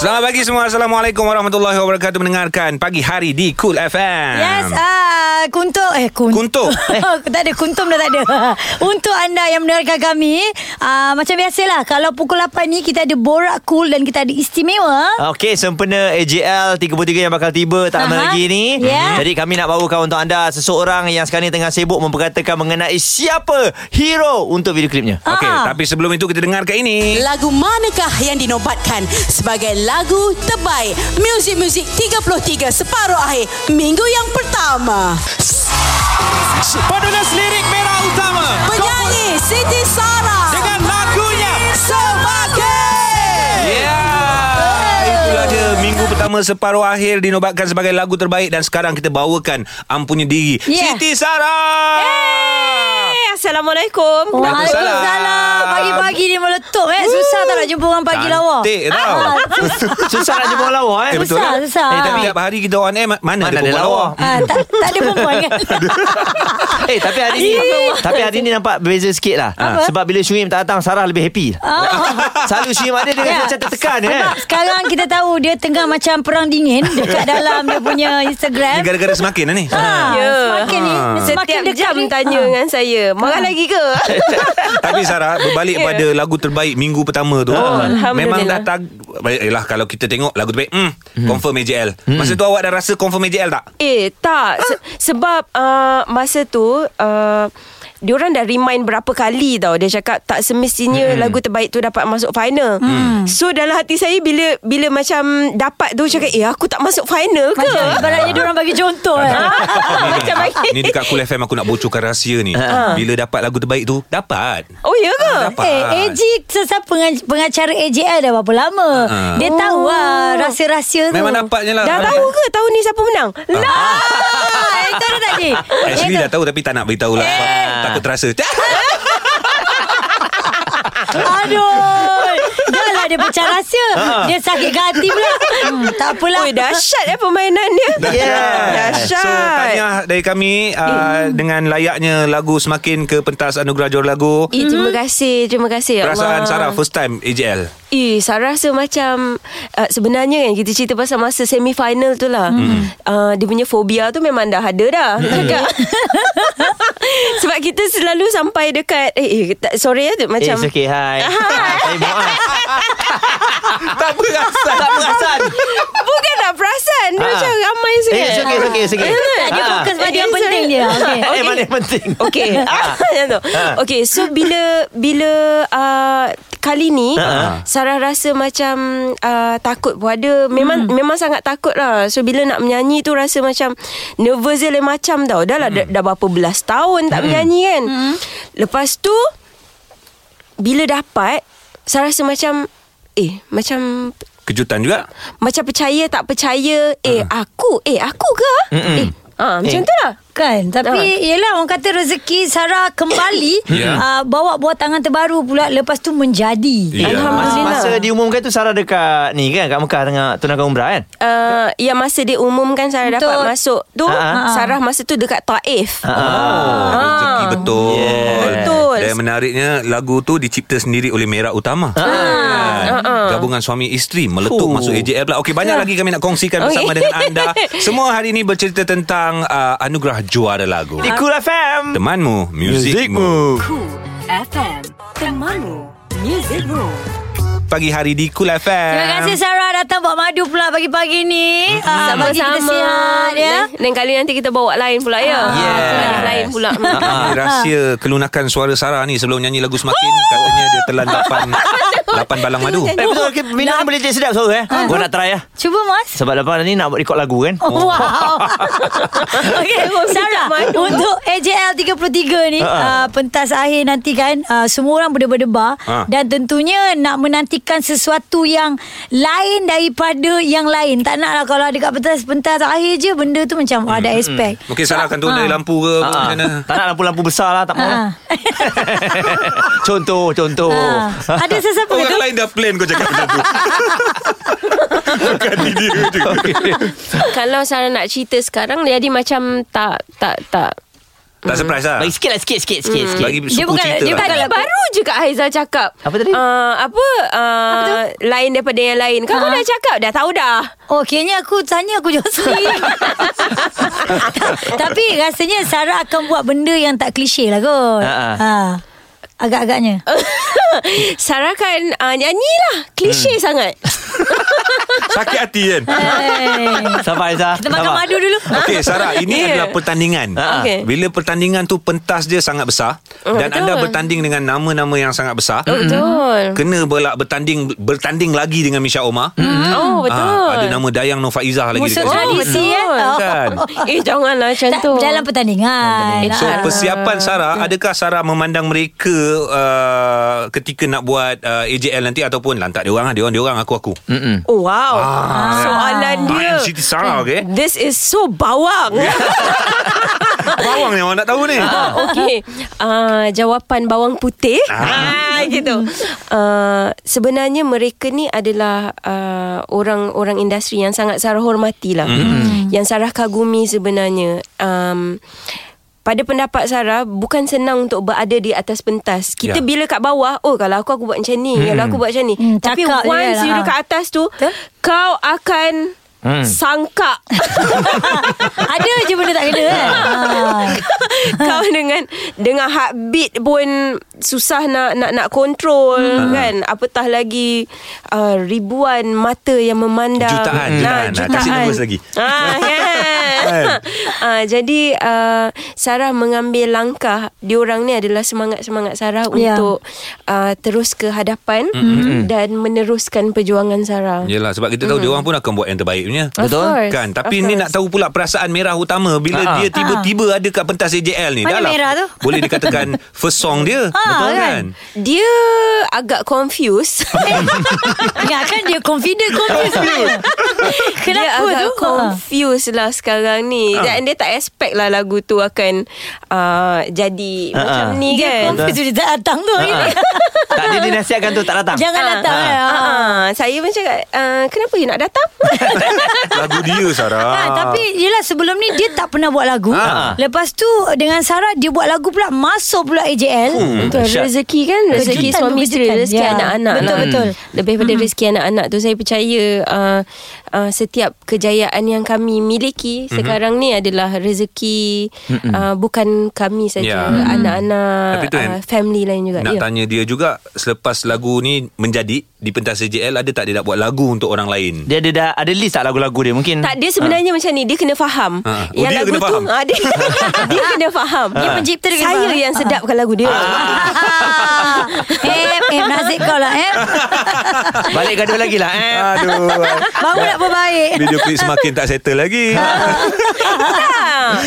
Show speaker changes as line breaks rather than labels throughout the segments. Selamat pagi semua Assalamualaikum warahmatullahi wabarakatuh Mendengarkan pagi hari di Cool FM
Yes, ah, kuntum eh kun, Oh,
Kuntum.
tak ada kuntum dah tak ada. Untuk anda yang mendengarkan kami, ah, macam biasalah kalau pukul 8 ni kita ada borak cool dan kita ada istimewa.
Okey, sempena AJL 33 yang bakal tiba tak
Aha.
lama lagi ni.
Ya.
Jadi kami nak bawakan untuk anda seseorang yang sekarang ni tengah sibuk memperkatakan mengenai siapa hero untuk video klipnya.
Ah.
Okey, tapi sebelum itu kita dengarkan ini
Lagu manakah yang dinobatkan sebagai lagu terbaik Music Music 33 separuh akhir minggu yang pertama.
Penulis lirik Merah Utama
Penyanyi Siti Sarah
dengan lagunya
sebagai
Yeah Ya. Itulah dia Minggu pertama separuh akhir Dinobatkan sebagai lagu terbaik Dan sekarang kita bawakan Ampunya diri
Yeah.
Siti Sarah
Assalamualaikum.
Waalaikumsalam. Pagi-pagi ni meletup eh. Susah tak nak jumpa orang pagi lawa. Ah,
Cantik tau
Susah nak jumpa lawa eh.
Eh, betul
susah,
kan?
susah.
Eh, tapi tiap hari kita on air ma- Mana,
Mana
ada
ada
perempuan
lawa?
Ah, tak, tak ada perempuan kan?
Eh, tapi hari ni tapi hari ni nampak beza sikit lah.
Apa? Oh.
Sebab bila Syuim tak datang, Sarah lebih happy. Selalu Syuim ada dia rasa
Ya.
macam tertekan eh.
Sebab sekarang kita tahu dia tengah macam perang dingin dekat dalam dia punya
Ni
Instagram.
gara-gara semakin lah ni
Ah,
Ya.
Semakin ni semakin
Setiap
dekat
jam
ni.
tanya
Ah.
dengan saya Marah lagi ke?
Tapi Sarah Berbalik
Yeah.
pada lagu terbaik Minggu pertama tu
Oh, Alhamdulillah.
Memang dah tag eh, Yelah kalau kita tengok Lagu terbaik hmm, Confirm AJL Masa tu awak dah rasa Confirm AJL tak?
eh
Ha.
tak Se- Sebab uh, masa tu uh, Diorang dah remind berapa kali tau Dia cakap tak semestinya hmm. lagu terbaik tu dapat masuk final hmm. So dalam hati saya bila bila macam dapat tu cakap Eh aku tak masuk final ke?
Macam Ah, ibaratnya dia orang bagi contoh eh.
Ah. Macam bagi
Ni dekat Cool FM Aku nak bocorkan rahsia ni
Ah.
Bila dapat lagu terbaik tu Dapat
Oh ya ke?
Dapat
Eh, AJ sesama pengan- pengacara AJL dah berapa lama.
Ah.
Dia tahu lah rahsia-rahsia tu.
Memang dapatnya lah
Dah tahu ke tahun ni siapa menang? Lah
Ah, itu ada tak, Ji?
Actually
Yang
dah tahu Tapi tak nak beritahu lah
Eh.
sebab Takut terasa
tu- Aduh. Dah lah dia pecah rahsia.
Ah.
Dia sakit hati pula. Hmm, tak apalah.
Oi dahsyat eh permainan dia
Yeah.
Dahsyat
So tahniah dari kami
Eh.
uh, Dengan layaknya lagu Semakin ke pentas Anugerah Juara Lagu
Eh, terima
Hmm.
kasih, terima kasih. ya
Perasaan
Allah.
Sarah First time AJL
Eh, Sarah rasa macam uh, sebenarnya kan kita cerita pasal masa semi final tu lah. Hmm. Uh, dia punya fobia tu memang dah ada dah.
Hmm.
Cakap. Sebab kita selalu sampai dekat eh, eh tak, sorry ya
Eh,
macam
it's okay. Ah, Hai. Saya maaf. tak perasan. lah. Tak perasan.
bukan nak perasan dia
Ah.
macam ramai
Eh,
sangat.
it's okay, it's okay, it's okay.
Tak, dia
Ah.
fokus pada yang
Okay,
penting
sorry.
dia. Okay.
Eh, mana yang penting.
Okey. Ah, Macam tu.
Ha.
Okey, so bila bila uh, kali ni
Ha.
Sarah rasa macam uh, takut pun ada. Memang memang sangat takut lah. So bila nak menyanyi tu rasa macam nervous dia lain macam tau. Dah lah dah, dah berapa belas tahun tak menyanyi kan. Lepas tu bila dapat Sarah rasa macam eh macam
Kejutan juga
macam percaya tak percaya eh aku eh aku ke eh ah macam tu lah
Kan Tapi
Ah.
Yelah orang kata rezeki Sarah kembali
Ya.
yeah. uh, Bawa buah tangan terbaru pula Lepas tu menjadi
Ya.
Masa,
Alhamdulillah.
masa diumumkan tu Sarah dekat ni kan kat Mekah tengah tunangkan umrah kan?
uh, yang masa dia umumkan Sarah
Betul.
Betul. Ha, dapat masuk tu
Ha-ha.
Sarah masa tu dekat Taif.
Ah.
Oh, rezeki betul.
Yeah.
Betul.
Dan menariknya lagu tu dicipta sendiri oleh Merah Utama. Ah. Gabungan suami isteri meletup
Oh.
masuk AJL pula. lah. Okey, banyak lagi kami nak kongsikan bersama
Okey.
dengan anda. Semua hari ini bercerita tentang uh, anugerah juara lagu.
Di Cool FM.
Temanmu, muzikmu.
Muzikmu.
Cool FM, temanmu, muzikmu.
Pagi hari di Cool FM.
Terima kasih Sarah datang bawa madu pula pagi-pagi ni. Ah, bagi kita sihat ya.
Dan, dan kali nanti kita bawa lain pula ya. Ha.
Yes.
Lain- Lain pula.
Ah, rahsia kelunakan suara Sarah ni sebelum nyanyi lagu Semakin katanya dia telan 8 8 balang madu.
Eh betul ke minum boleh jadi sedap suara eh? Gua nak try lah.
Cuba Mas.
Sebab lepas ni nak buat rekod lagu kan?
Oh, wow. okay, Sarah, untuk AJL Ha, ah, 33 ni, uh, pentas akhir nanti kan, uh, ah, semua orang berdebar-debar
Ah.
dan tentunya nak menanti memastikan sesuatu yang lain daripada yang lain. Tak naklah kalau dekat pentas-pentas akhir je benda tu macam hmm, ada expect.
Mungkin salahkan tu dari lampu ke apa
Ah,
macam mana.
tak nak lampu-lampu besar lah Tak mau
Ha.
lah. Contoh Contoh
ha. Ada sesiapa
Orang
kata
lain dah plan kau cakap macam tu. Bukan diri dia je.
Kalau Sarah nak cerita sekarang Jadi macam tak Tak tak
Tak surprise lah.
Bagi sikit lah Sikit sikit sikit,
Hmm.
sikit.
Bagi
Dia
suku
bukan-
cerita
dia
lah.
bukan-
Tadi
Kalau-
baru je Kak Haiza cakap
Apa tadi?
Uh, apa, uh, apa Lain daripada yang lain Kamu
Ha.
dah cakap Dah tahu dah
Oh kayaknya aku tanya aku jawab sendiri Tapi rasanya Sarah akan buat benda yang tak klise lah kot
Ha, ha.
ha. Agak-agagnya
Sarah kan uh, Nyanyi lah Klise hmm. sangat
Sakit hati kan?
Hey.
Sabar Aizah
Kita makan madu dulu
Okey Sarah Ini
Ya.
adalah pertandingan
Ah, ah.
Okey.
Bila pertandingan tu Pentas dia sangat besar
Oh,
Dan
betul. Oh.
anda bertanding Dengan nama-nama yang sangat besar
Betul
Kena belak bertanding Bertanding lagi dengan Misha Omar
Oh betul
Ah,
Oh,
Ada nama Dayang Nur Faizah lagi
Musuh
dekat situ.
tradisi
betul.
ya
Kan?
Eh janganlah macam tu
Dalam pertandingan
So
Ah.
persiapan Sarah Adakah Sarah memandang mereka uh, Ketika nak buat uh, AJL nanti Ataupun lantak dia orang lah Dia orang, dia orang aku-aku
Oh wow
Ah.
Soalan dia
I'm Siti Sarah okay
This is so bawang
Ya. Bawang yang orang nak tahu ni
Ah, Okey. Uh, jawapan bawang putih. Ah, gitu. Uh, sebenarnya mereka ni adalah uh, orang-orang industri yang sangat Sarah hormati lah.
Hmm.
Mm. Yang Sarah kagumi sebenarnya. Um, pada pendapat Sarah bukan senang untuk berada di atas pentas. Kita
Ya.
bila kat bawah, oh kalau aku aku buat macam ni, kalau aku buat macam ni.
Hmm,
Tapi
cakap je
once
lah.
you dekat atas tu,
Betul.
kau akan sangka
Ada je benda tak kena kan Ah.
kau dengan dengan heartbeat pun susah nak nak nak kontrol hmm. kan
Ah.
apatah lagi uh, ribuan mata yang memandang
Jutaan, jutaan. Ah, kasih numbers lagi.
ah kan ah jadi uh, Sarah mengambil langkah diorang ni adalah semangat-semangat Sarah
Ya.
yeah. untuk uh, terus ke hadapan
Mm-hmm.
dan meneruskan perjuangan Sarah
Yelah sebab kita tahu dia orang pun akan buat yang terbaik punya.
Of Betul. course.
Kan tapi
Of
ni
course.
nak tahu pula perasaan merah utama bila
Ha.
dia tiba-tiba ada kat pentas AJL ni.
Mana
Dah lah.
merah tu?
Boleh dikatakan first song dia. Betul
kan?
kan?
dia agak confused
Ingatkan dia confident Confident sebenarnya
dia
Kenapa
agak
tu Ha.
confused lah sekarang ni ha. Dan dia tak expect lah lagu tu akan uh, Jadi
Ha,
macam
ha.
ni
Dia
kan
confident dia tak datang tu hari ni.
Tak dia dinasihatkan tu tak datang
Jangan
Ah,
datang
ah,
kan?
ah,
Ah.
ah. Saya pun cakap uh, Kenapa you nak datang?
Lagu dia
Ah.
Sarah.
Ha, tapi yelah sebelum ni dia tak pernah buat lagu.
Ha.
Lepas tu dengan Sarah dia buat lagu pula masuk pula AJL. Hmm.
Betul
Dahsyat.
rezeki kan Rezeki
Kejutan
suami isteri
berkejutan.
Rezeki
Ya.
anak-anak
Betul,
lah.
betul.
Lebih pada rezeki anak-anak tu Saya percaya uh, uh, Setiap kejayaan yang kami miliki Sekarang ni adalah rezeki uh, Bukan kami
Ya.
saja
Mm.
Anak-anak
Tapi tu kan,
uh, Family lain juga
Nak
Ya.
tanya dia juga selepas lagu ni menjadi di pentas AJL ada tak dia nak buat lagu untuk orang lain?
Dia ada dah Ada list tak lagu-lagu dia Mungkin
Tak dia sebenarnya ha. macam ni Dia kena faham
Ha. Hmm. Ah. Oh, dia kena faham? Ah.
tu, ha, dia, dia kena faham Dia
pencipta dia kena
Saya
faham.
yang sedapkan lagu dia
Ah.
eh, eh nasib kau lah eh.
Balik gaduh lagi lah eh.
Aduh.
Baru nak berbaik.
Video klip semakin tak settle lagi.
Ha.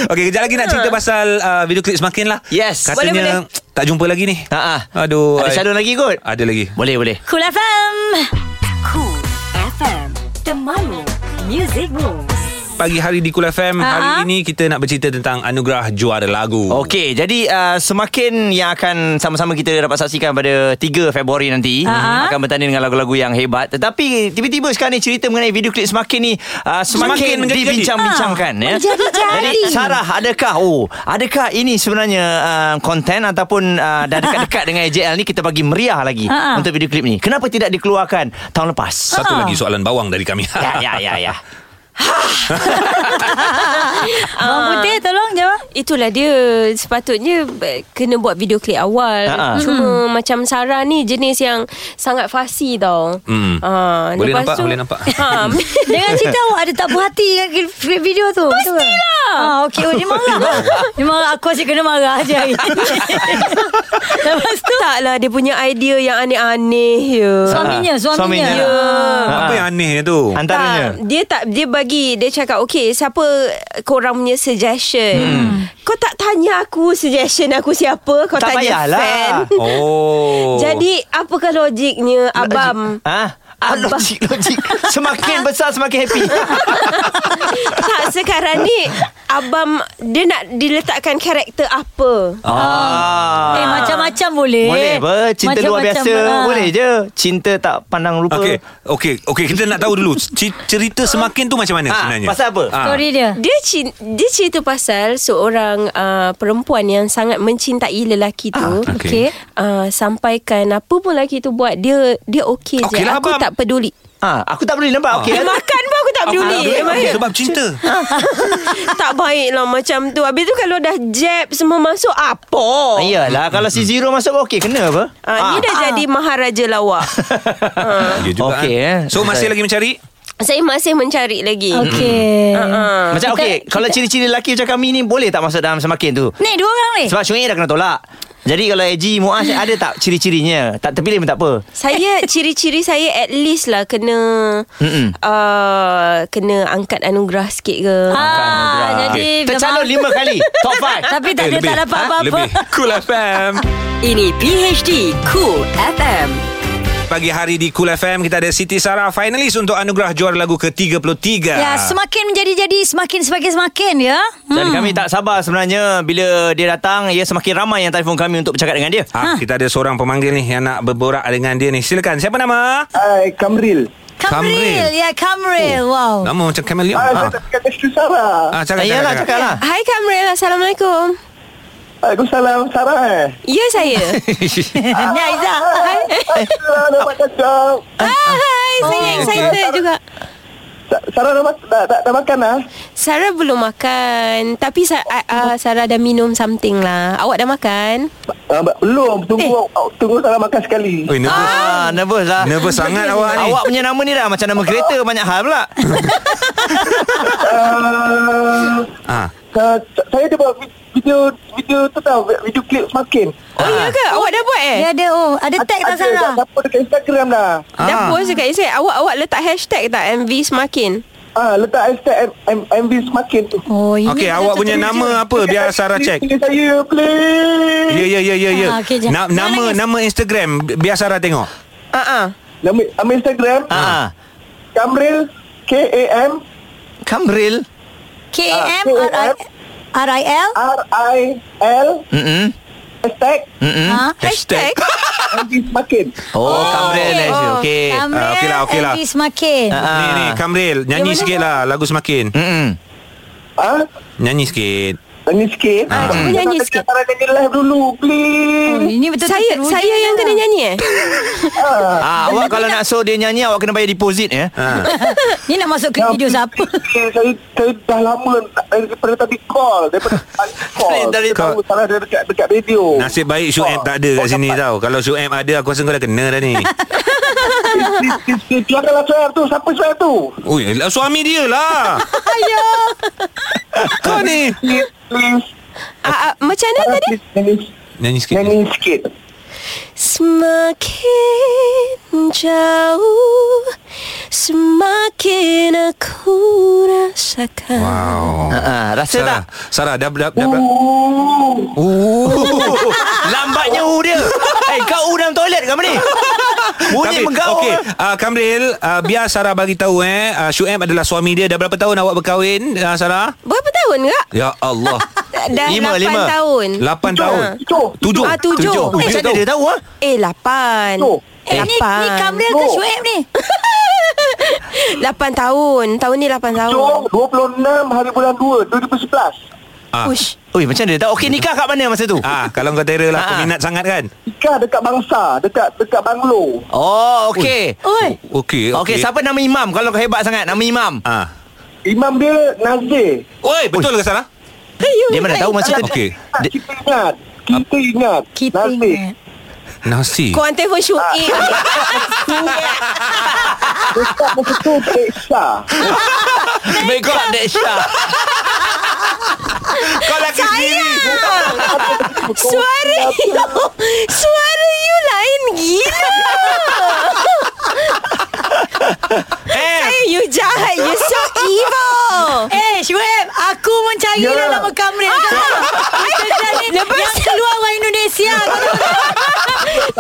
Okey, kejap lagi nak cerita pasal uh, video klip semakin lah.
Yes.
Katanya
Boleh,
tak jumpa lagi ni.
Ha, ha.
Aduh. eh. Ah.
Ada
I-
shadow lagi kot
Ada lagi.
Boleh boleh
Cool FM.
Cool FM Temanmu Music Moves
Pagi hari di Kul FM
Ha.
Hari ini kita nak bercerita tentang Anugerah Juara Lagu
Okey, jadi uh, semakin yang akan sama-sama kita dapat saksikan pada 3 Februari nanti uh-huh. akan bertanding dengan lagu-lagu yang hebat. Tetapi tiba-tiba sekarang ni cerita mengenai video klip semakin ni uh,
Semakin
semakin,
menjadi-jadi.
dibincang-bincangkan
Ah,
Ha,
ya.
menjadi-jadi.
Jadi Sarah, adakah oh, adakah ini sebenarnya uh, konten ataupun uh, dah dekat-dekat dengan AJL ni kita bagi meriah lagi
Ah, ah.
untuk video klip ni. Kenapa tidak dikeluarkan tahun
Ha.
lepas?
Satu lagi soalan bawang dari kami
Ha. Ya ya ya ya. Ah.
Bang Putih tolong jawab.
Itulah dia Sepatutnya eh, Kena buat video klip awal
Ah,
Ha, ha.
Cuma macam Sarah ni Jenis yang Sangat fasi tau
Hmm.
Ah,
Boleh
lepas
nampak, boleh nampak.
Ha,
Dengan cerita awak ada tak puas hati dengan klip- klip video tu. Pastilah.
Ah,
Ah, okey. Oh, dia marah. dia marah. Aku asyik kena marah je hari ni. Lepas tu,
Taklah dia punya idea yang aneh-aneh ya.
suaminya, suaminya.
Suaminya.
Ya.
Apa yang anehnya tu?
Ha. Antaranya.
Tak, dia tak dia bagi dia cakap okey siapa korang punya suggestion. Hmm. Kau tak tanya aku suggestion aku siapa, kau
Tak
tanya
payahlah.
fan.
Oh.
Jadi apakah logiknya abam?
Ah, ah
Abang.
logik logik. Semakin besar semakin happy.
tak sekarang ni abam dia nak diletakkan karakter apa?
ah.
Eh, macam-macam boleh.
Boleh apa Cinta luar
Macam-macam,
biasa
ah.
Boleh je Cinta tak pandang rupa
Okey, okey, okey kita nak tahu dulu c- cerita semakin tu macam mana
Ah,
sebenarnya?
pasal apa?
Ah.
Story dia.
Dia cin- dia cerita pasal seorang uh, perempuan yang sangat mencintai lelaki tu. Ah,
okey.
Uh, sampaikan apa pun lelaki tu buat dia dia okey okay je.
Okeylah,
aku
abang.
tak peduli.
ah, Aku tak boleh nampak Okey kan?
Dia Eh, makan pun aku tak peduli.
Okey,
Memang dia-
sebab cinta.
tak baik lah macam tu. Habis tu kalau dah jab semua masuk apa?
Ah, Iyalah Kalau si Zero masuk Okey kena apa
Uh, ah. Ni dah jadi maharaja lawak.
Ya juga.
Okey,
ah.
eh.
So masih lagi mencari?
Eh,
Saya masih mencari lagi.
Okey.
Uh-uh.
Macam okey Kalau ciri-ciri lelaki macam kami ni Boleh tak masuk dalam semakin tu
Ni, dua orang ni.
Sebab Syuib dah kena tolak Jadi kalau AG Muaz Ada tak ciri-cirinya Tak terpilih pun tak apa
Saya ciri-ciri saya at least lah kena
Mm-mm.
uh, kena angkat anugerah sikit ke.
Ah, jadi
Kan, Tercalon
memang-
lima kali Top 5
Tapi tak
Eh,
ada
lebih.
tak dapat
Ah,
apa-apa.
Lebih. Cool FM.
Ini PHD Cool FM.
Pagi hari di Cool FM kita ada Siti Sarah finalis untuk anugerah juara lagu ke-33.
Ya, semakin menjadi-jadi, semakin semakin semakin ya.
Dan
Hmm.
kami tak sabar sebenarnya Bila dia datang Ya semakin ramai yang telefon kami Untuk bercakap dengan dia
Ha.
Ah, kita ada seorang pemanggil ni yang nak berborak dengan dia ni. Silakan. Siapa nama?
Hai, Kamril.
Kamril,
Kamril. Oh.
ya Kamril. Wow.
Nama macam chameleon.
Ah, saya
Ah,
tak cakap isteri Sarah.
ah cakap,
Ayalah
cakap,
cakap lah
Hai Kamril, Assalamualaikum.
Waalaikumsalam, Sarah eh.
Ya saya.
Ni Aizah.
Hai, Sarah dapat cakap.
Ah, Hai, saya excited juga.
Sa- Sarah dah, mak- dah, dah, dah makan lah.
Sarah belum makan, tapi Sa- uh, uh, Sarah dah minum something lah. Awak dah makan?
Ah, ba- belum,
Eh.
tunggu oh, tunggu Sarah makan sekali.
Oh, nervous.
Ah, nervous lah
Nervous sangat awak ni.
Awak punya nama ni dah Macam nama kereta
Oh.
Banyak hal pula
Ah,
Ah.
sa- sa- saya cuba vi- video video tu tau, vi- video klip semakin.
Oh, ya ke? Awak dah buat eh?
Dia ada oh, ada tag tak
Ada
Sarah?
dah Siapa dekat Instagram dah.
Dah post dekat Instagram. Awak awak letak hashtag tak MV semakin?
Ah, letak hashtag M- M- MV semakin tu.
Oh, ini
Okey,
ada
awak
satu
punya
video.
nama apa biar Sarah
Please,
check.
Pilih saya, please.
Ya ya ya ya ya.
Ah, okey, jap.
Na-
Jangan
nama
nangis.
nama Instagram bi- biar Sarah tengok.
Ha ah.
Nama, nama Instagram,
Ah,
Kamril, K-A-M,
Kamril
K M R I
Ah,
R I L.
R-I-L,
Mm-mm.
hashtag,
Hmm.
Ha?
Hashtag.
MV semakin.
Oh, Kamril eh, Zul. Okey
Kamril.
Ah, okey lah, okey lah.
Andy semakin.
Ni ni Kamril nyanyi
Yang Ah. mana
sikit
tu?
lah lagu semakin.
ah. Mm-mm.
Ah,
Nyanyi sikit.
Nyanyi sikit
Ah,
cuba nyanyi sikit.
Sarah nyanyi live dulu
Oh,
Please
ini lah, betul
Saya saya yang kena nyanyi eh?
Ah, awak kalau nak show dia nyanyi Awak kena bayar deposit ya
Ha.
Ni nak masuk ke Oh, video siapa?
Eh, saya, saya dah lama tak- eh, Daripada tadi call Daripada tadi call
Dari- dari-
Saya tahu Sarah dia dekat, dekat radio
Nasib baik Syuib tak
Oh,
ada kat sini tau. Kalau Syuib ada aku rasa kau dah kena dah ni.
Silakanlah suara tu Siapa suara tu
Ui, lah, suami dia lah. Ayuh. Kau ni.
Please Please
Ah, ah, macam mana
Sarah,
tadi?
please, Nyanyi
Nyanyi sikit.
Nyanyi sikit
Semakin jauh Semakin aku rasakan
Wow.
Ah, Rasa
Oh. Sarah,
tak?
Sarah dah dah dah. dah.
Oh, Lambatnya U dia Eh kau U dalam toilet ke apa ni Bunyi
Tapi,
menggaul
Okey, uh, Kamril, uh, biar Sarah bagi tahu eh, uh, Syuib adalah suami dia. Dah berapa tahun awak berkahwin, uh, Sarah?
Berapa tahun kak?
Ya Allah.
Dah
Lima,
8
lima.
tahun
8 tahun.
Tujuh.
7.
Ah, tujuh.
Oh,
Eh,
Macam mana dia tahu ah?
Eh 8
Oh.
Eh, ni, ni Kamril ke
No.
Shuib ni?
8 tahun Tahun ni 8 tahun
Jom 26 hari bulan 2 2011
Oh,
Push
Ui macam mana dia tahu Okey nikah kat mana masa tu
Ah, kalau kau terror lah,
Ah.
peminat sangat kan?
Nikah dekat bangsa Dekat dekat Banglo
Oh okey
Oi.
Okey,
Okey siapa nama imam Kalau kau hebat sangat Nama imam
Ah.
Imam dia Nazir
Oi, betul ke Sarah?
Dia mana tahu masa tu
Okey.
Tak, Kita ingat Kita ingat
Kita
Nazir.
ingat.
Nasi.
Kau orang telefon Syuib
Ustaz masa tu periksa
Baik kau Dek Syah Kau lelaki sendiri
Suara you Suara you lain gila
Eh
Hey, You jahat You so evil Ah.
Eh, Syuib, aku mencari
lah
yeah. dalam kamera kau. Lepas yang keluar orang Indonesia. Kau tahu tak?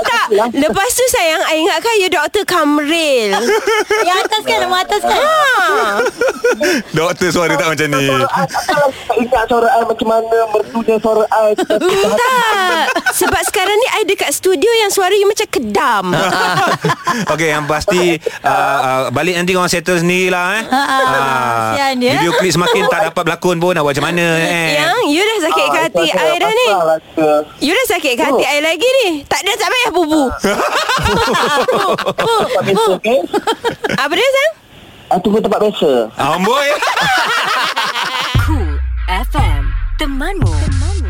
Tak Lepas tu sayang I ingatkan you Dr. Kamril Ah,
yang atas kan, nama atas kan.
Doktor suara tak macam ni
Kalau tak ingat suara I macam mana Mertunya suara I
Tak Sebab sekarang ni I dekat studio Yang suara you macam kedam
Okay yang pasti uh, uh, Balik nanti korang settle sendirilah eh.
Ha, ha. ya. Kesian dia.
Video klip semakin tak dapat berlakon pun Nak buat macam mana eh.
Yang Ya, you dah sakit
Ah,
ke hati I dah ni You dah sakit ke
Oh.
hati I lagi ni Tak ada tak payah bubu
Tempat biasa okay?
Apa dia sayang?
Ah, Tunggu tempat biasa
Amboi
Cool FM Temanmu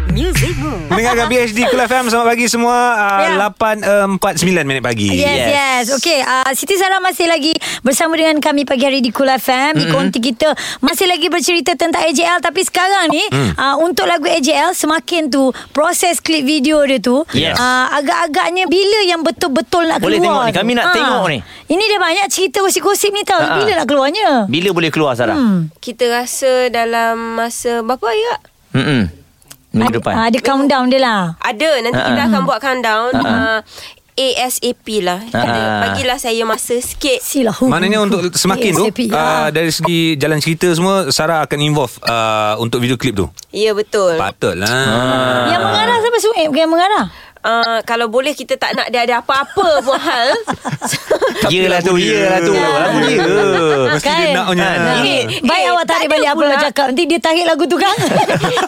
Musicmu
Mendengarkan PhD Cool FM Selamat pagi semua
Ya.
uh, yeah. 8.49 minit pagi
Yes, yes. yes. Okey, uh, Siti Sarah masih lagi bersama dengan kami pagi hari di Kul FM. Mm-hmm. Konti kita masih lagi bercerita tentang AJL. Tapi sekarang ni, mm. uh, untuk lagu AJL, semakin tu proses klip video dia tu,
Yes.
uh, agak-agaknya bila yang betul-betul nak
Boleh tengok
keluar.
ni. Kami nak
tu? Ah.
tengok ni.
Ini dia banyak cerita gosip-gosip ni tau.
Ha, ha.
Bila nak keluarnya?
Bila boleh keluar Sarah hmm.
Kita rasa dalam masa berapa ya?
Mm-mm.
Ada-
Minggu depan
Ada countdown dia lah.
Ada nanti
Ha,
kita
ha.
akan buat countdown
Ha, ha.
uh, ASAP lah.
Ha,
Kita
ha.
bagilah saya masa sikit.
Silah.
Maknanya untuk semakin tu
ASAP,
uh,
ha.
Dari segi jalan cerita semua Sarah akan involve uh, Untuk video klip tu
Ya betul.
Eh.
Patut lah
Yang mengarah siapa Suib? Bukan Yang mengarah.
Uh, kalau boleh kita tak nak dia ada apa-apa pun hal.
Yelah tu Yelah
Ya.
tu Lagu dia
Mesti dia
Kan?
nak punya
Ha.
Okey,
Baik
eh,
awak
tak
tarik
ada
balik apa
pula.
awak cakap. Nanti dia tarik lagu tu kan?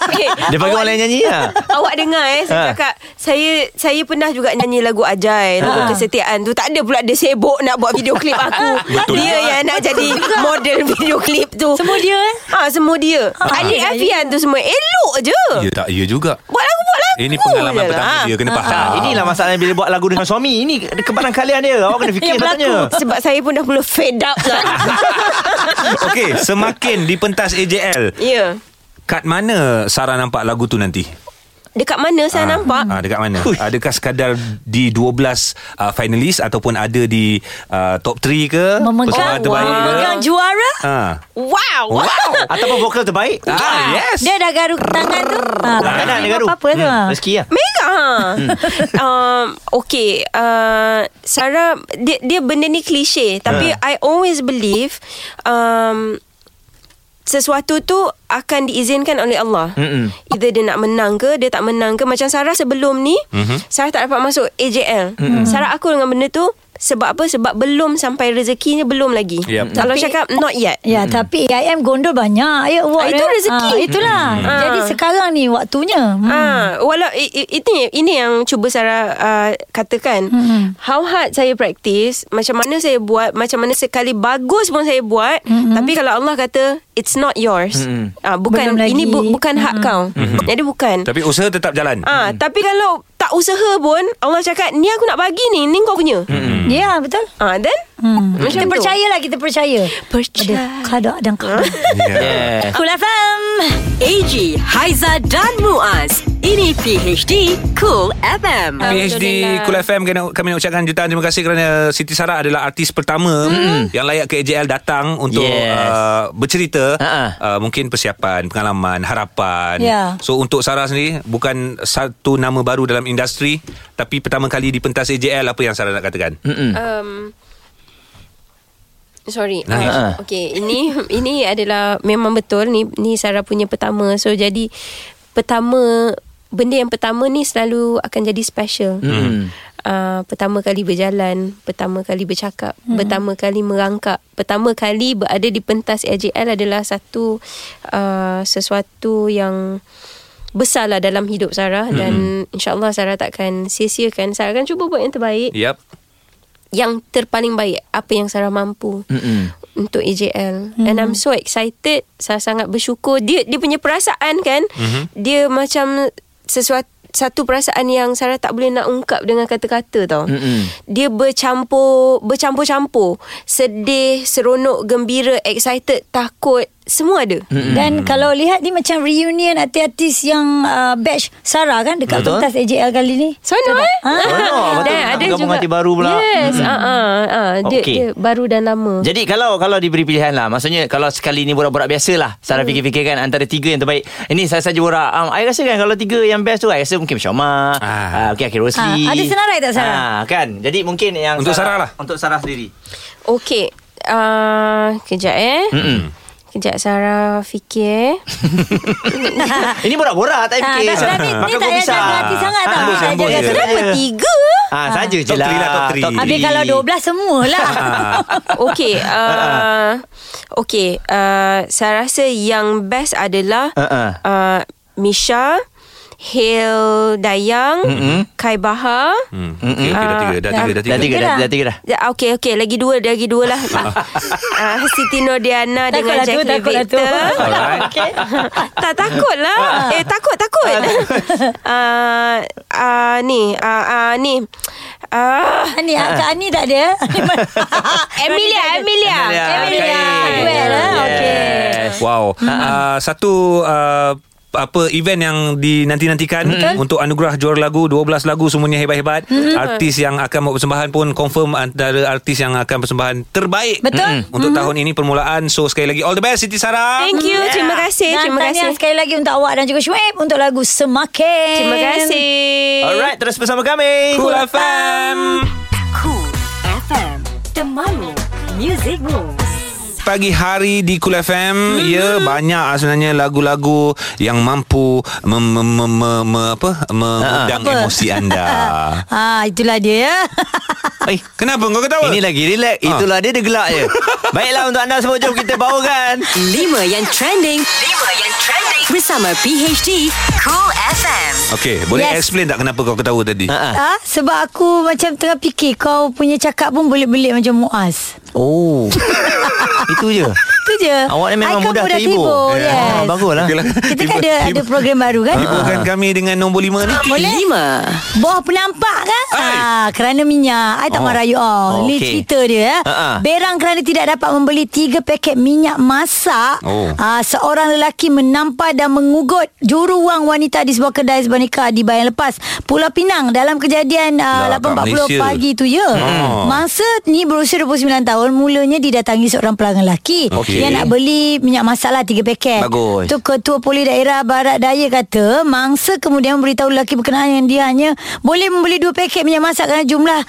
Okey,
Dia panggil orang lain nyanyi
Ah.
lah
Awak dengar eh Saya
Ha.
cakap Saya saya pernah juga nyanyi lagu Ajai Lagu
Ha.
kesetiaan tu Tak ada pula dia sibuk Nak buat video klip aku
Betul
Dia
juga.
yang nak jadi Model video klip tu
Semua dia eh?
Ah ha, Semua dia
Ha.
Adik Afian tu semua Elok je
Ya tak ya juga
Buat lagu buat lagu
Ini pengalaman
je lah.
pertama dia Kena faham
Ah, Inilah masalahnya bila buat lagu dengan suami Ini kebarangkalian dia Awak kena fikir patutnya
Sebab saya pun dah mula fed up lah
Okey Semakin di pentas AJL
Ya yeah.
Kat mana Sarah nampak lagu tu nanti?
Dekat mana saya
Ah,
nampak
ah, Dekat mana?
Hui.
Adakah sekadar di 12 uh, finalis Ataupun ada di uh, top 3 ke?
Oh,
Memegang,
Peserta terbaik ke?
memegang juara.
Ah.
Wow
Wow
Ataupun vokal terbaik
Ah, yes
Dia dah garuk tangan tu. Ha, tak boleh
Kanan dia
buat
garu
Apa-apa tu.
Hmm,
ha.
Rezeki lah
Mega um, Okay uh, Sarah dia, dia benda ni klise Tapi I always believe um, Sesuatu tu Akan diizinkan oleh Allah
Mm-mm.
Either dia nak menang ke Dia tak menang ke Macam Sarah sebelum ni mm-hmm. Sarah tak dapat masuk AJL mm-hmm. Sarah aku dengan benda tu Sebab apa Sebab belum sampai rezekinya Belum lagi
Yep.
Kalau
Tapi-
cakap not yet
Ya, tapi AIM gondol banyak. Ya, award
Hmm. Ah, itu
dia.
rezeki.
Ah, itulah.
Ah.
Jadi sekarang ni waktunya. Hmm.
Ah, walau i- i- ini ini yang cuba Sarah uh, katakan.
Mm-mm.
How hard saya practice, macam mana saya buat, macam mana sekali bagus pun saya buat,
Hmm.
tapi kalau Allah kata it's not yours.
Mm-mm.
Ah, bukan
Belum lagi.
ini
Hmm.
bu- bukan hak kau. Jadi bukan.
Tapi usaha tetap jalan
Ah, tapi kalau tak usaha pun Allah cakap ni aku nak bagi ni, ni kau punya.
Ya, betul.
Ah, then
Hmm.
Macam
kita
tu.
percayalah, kita percaya.
Percaya. Hmm.
Ada kada dan kada.
yeah.
Yeah
Cool FM AG Haiza dan Muaz Ini PHD Cool FM
PhD Kul FM kena, Kami nak ucapkan jutaan terima kasih Kerana Siti Sarah adalah artis pertama Yang layak ke AJL datang Untuk
Yes.
uh, bercerita
Ha-ha.
uh, Mungkin persiapan, pengalaman, harapan
Ya.
So untuk Sarah sendiri Bukan satu nama baru dalam industri Tapi pertama kali di pentas AJL Apa yang Sarah nak katakan?
Mm-mm.
um Sorry.
Nangis.
Uh, okay, ini ini adalah memang betul ni ni Sarah punya pertama. So jadi pertama benda yang pertama ni selalu akan jadi special.
Mm.
Uh, pertama kali berjalan, pertama kali bercakap, pertama kali merangkak, pertama kali berada di pentas AJL adalah satu uh, sesuatu yang besarlah dalam hidup Sarah dan insyaallah Sarah takkan sia-siakan. Sarah akan cuba buat yang terbaik
Yep
yang terpaling baik apa yang Sarah mampu
Mm-mm.
untuk AJL and
Hmm.
I'm so excited saya sangat bersyukur dia dia punya perasaan kan
Hmm.
dia macam sesuatu satu perasaan yang Sarah tak boleh nak ungkap dengan kata-kata tau.
Mm-mm.
Dia bercampur bercampur-campur, sedih, seronok, gembira, excited, takut,
semua ada.
Hmm.
Mm-hmm. Dan kalau lihat ni macam reunion artis-artis yang uh, batch Sarah kan dekat
Betul.
pentas AJL kali ni.
Sono eh?
Ah.
Sono, betul.
Dan
Nak
ada
bergabung
juga
hati baru pula.
Yes,
Mm.
ah ah ah. Dia
Okey.
dia baru dan lama.
Jadi kalau kalau diberi pilihan lah Maksudnya kalau sekali ni borak-borak biasa lah
Hmm.
Sarah fikir-fikir kan Antara tiga yang terbaik Ini saya saja borak um, I rasa kan kalau tiga yang best tu I rasa mungkin Syoma ah. uh, Mungkin Akhir Rosli
Ah, ada senarai tak, Sarah?
Ah, kan Jadi mungkin yang
Untuk Sarah lah.
Untuk Sarah sendiri
Okey. Ah, kejap eh.
Mm-mm.
Kejap Sarah fikir.
Ini borak-borak tak
Ah,
fikir
tak, tak, ni- ni
Makan
tak payah
berpisah.
jaga hati sangat tau. Tak
Sambung,
payah
sambung
jaga
je.
hati.
Kenapa tiga?
Ah, saja je
Top
lah
three lah, top three.
Habis kalau 12 semualah.
Okey. Uh, Okey. Uh, saya rasa yang best adalah
Ah, ah.
uh, Misha, Hil Dayang,
Mm-mm. Mm.
Kai Bahar.
Hmm. Okay, okay, dah tiga, dah
Ah,
tiga, dah tiga.
Dah tiga dah,
lah.
dah tiga dah
Ya, Okey, okey. Lagi dua, lagi dua lah. uh, Siti Nordiana dengan
Takutlah lah tu,
Jackie
takutlah tu.
Victor.
Alright.
tak takut lah. Eh, takut, takut. uh, uh, ni, uh, uh, ni. Uh,
Ani, ah, Kak Ani tak ada.
Emilia, Emilia.
Emilia,
Emilia.
okay.
Well, ah,
Yes. Ha,
okey.
Wow. Uh, satu uh, apa event yang dinanti-nantikan
Mm-hmm.
untuk anugerah juara lagu 12 lagu semuanya hebat-hebat artis yang akan buat persembahan pun confirm antara artis yang akan persembahan terbaik Mm-hmm.
Betul.
Mm-hmm.
untuk tahun ini permulaan so sekali lagi all the best Siti Sarah
Thank you. Terima kasih.
Ya. Dan
Terima
tahniah
kasih.
sekali lagi untuk awak dan juga Shuib untuk lagu Semakin.
Terima kasih.
Alright terus bersama kami
Cool FM
Cool FM, The Money Music Rules.
pagi hari di Cool FM
Mm-hmm.
hmm. ya banyak sebenarnya lagu-lagu yang mampu mem, mem, mem, mem, mem- apa
Ha,
mengundang
Apa?
emosi anda
Ah, itulah dia ya.
Eh,
kenapa kau ketawa
Ini lagi relax
Ah.
Itulah dia dia gelak je Baiklah untuk anda semua Jom kita kan. bawakan
Lima yang trending. Lima yang trending. Bersama PHD Cool FM.
Okey, boleh
Yes.
yes. explain tak kenapa kau ketawa tadi?
Ah, ah.
Ah, sebab aku macam tengah fikir kau punya cakap pun boleh-boleh macam Muaz.
Oh Itu je
Itu je.
Awak ni memang
Icon
mudah
Budak
terhibur.
Yes.
Ya. Ah, baguslah.
Okeylah.
Kita kan
Hibur-
ada ada
hibur-
program baru kan?
Hiburkan kami dengan nombor lima ni.
Boleh?
Lima.
Boh penampak kan?
Hai.
Ah, kerana minyak. I tak
Oh.
marah you all.
Oh,
Ni
okey.
cerita dia. eh.
Ha, ha.
Berang kerana tidak dapat membeli tiga paket minyak masak.
Oh.
Ah, seorang lelaki menampar dan mengugut juru wang wanita di sebuah kedai sebanikah di Bayan Lepas, Pulau Pinang dalam kejadian ah,
Lah, kat
8.40
Malaysia.
pagi tu ya.
Hmm.
Oh.
Mangsa ni berusia 29 tahun mulanya didatangi seorang pelanggan lelaki
Okey.
yang nak beli minyak masak lah tiga paket.
Bagus.
Tu Ketua Polis Daerah Barat Daya kata mangsa kemudian memberitahu lelaki berkenaan yang dia hanya boleh membeli dua paket minyak masak kerana jumlah